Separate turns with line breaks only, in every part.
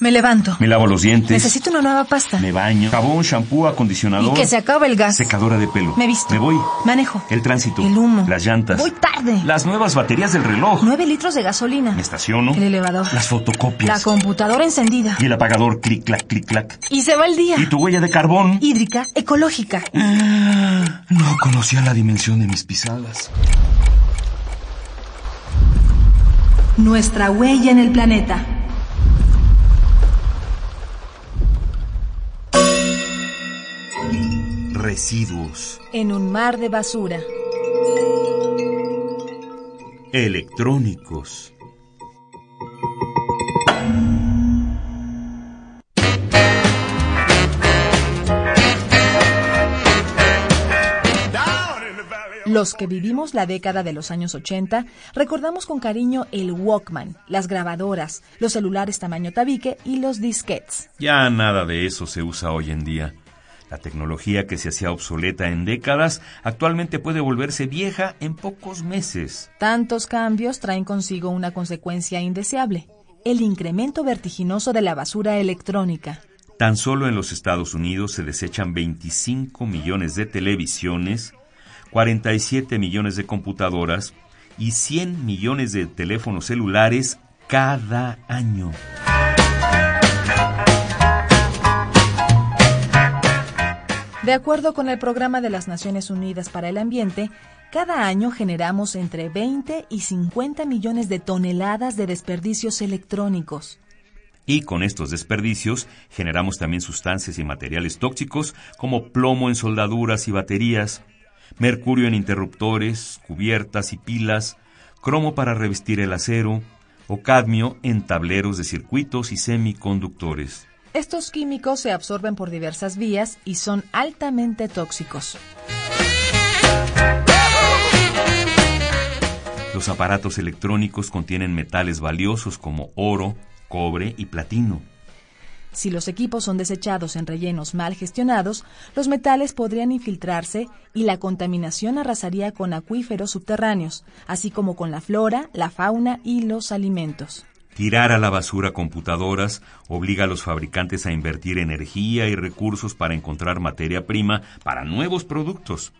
Me levanto.
Me lavo los dientes.
Necesito una nueva pasta.
Me baño. Jabón, shampoo, acondicionador.
Y que se acabe el gas.
Secadora de pelo.
Me visto.
Me voy.
Manejo.
El tránsito.
El humo.
Las llantas.
Voy tarde.
Las nuevas baterías del reloj.
Nueve litros de gasolina.
Me estaciono.
El elevador.
Las fotocopias.
La computadora encendida.
Y el apagador. Clic, clac, clic, clac.
Y se va el día.
Y tu huella de carbón.
Hídrica, ecológica.
No conocía la dimensión de mis pisadas. Mm.
Nuestra huella en el planeta.
Residuos.
En un mar de basura.
Electrónicos.
Los que vivimos la década de los años 80 recordamos con cariño el Walkman, las grabadoras, los celulares tamaño tabique y los disquets.
Ya nada de eso se usa hoy en día. La tecnología que se hacía obsoleta en décadas actualmente puede volverse vieja en pocos meses.
Tantos cambios traen consigo una consecuencia indeseable, el incremento vertiginoso de la basura electrónica.
Tan solo en los Estados Unidos se desechan 25 millones de televisiones, 47 millones de computadoras y 100 millones de teléfonos celulares cada año.
De acuerdo con el Programa de las Naciones Unidas para el Ambiente, cada año generamos entre 20 y 50 millones de toneladas de desperdicios electrónicos.
Y con estos desperdicios generamos también sustancias y materiales tóxicos como plomo en soldaduras y baterías, mercurio en interruptores, cubiertas y pilas, cromo para revestir el acero o cadmio en tableros de circuitos y semiconductores.
Estos químicos se absorben por diversas vías y son altamente tóxicos.
Los aparatos electrónicos contienen metales valiosos como oro, cobre y platino.
Si los equipos son desechados en rellenos mal gestionados, los metales podrían infiltrarse y la contaminación arrasaría con acuíferos subterráneos, así como con la flora, la fauna y los alimentos.
Tirar a la basura computadoras obliga a los fabricantes a invertir energía y recursos para encontrar materia prima para nuevos productos.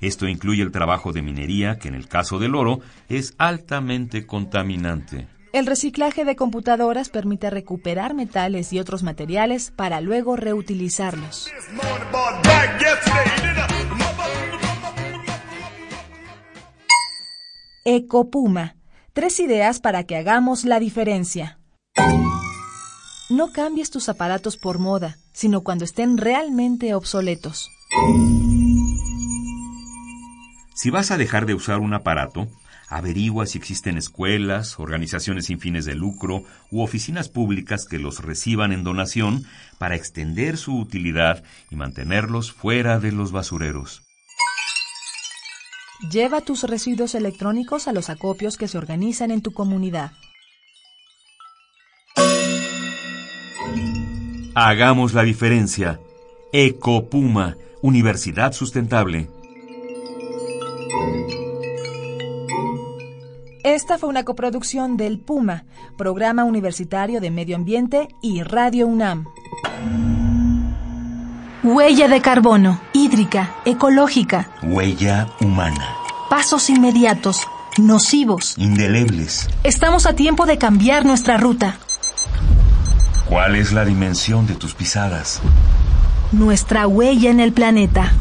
Esto incluye el trabajo de minería, que en el caso del oro es altamente contaminante.
El reciclaje de computadoras permite recuperar metales y otros materiales para luego reutilizarlos. Ecopuma tres ideas para que hagamos la diferencia. No cambies tus aparatos por moda, sino cuando estén realmente obsoletos.
Si vas a dejar de usar un aparato, averigua si existen escuelas, organizaciones sin fines de lucro u oficinas públicas que los reciban en donación para extender su utilidad y mantenerlos fuera de los basureros.
Lleva tus residuos electrónicos a los acopios que se organizan en tu comunidad.
Hagamos la diferencia. Ecopuma, Universidad Sustentable.
Esta fue una coproducción del Puma, Programa Universitario de Medio Ambiente y Radio UNAM.
Huella de carbono, hídrica, ecológica.
Huella humana.
Pasos inmediatos, nocivos.
Indelebles.
Estamos a tiempo de cambiar nuestra ruta.
¿Cuál es la dimensión de tus pisadas?
Nuestra huella en el planeta.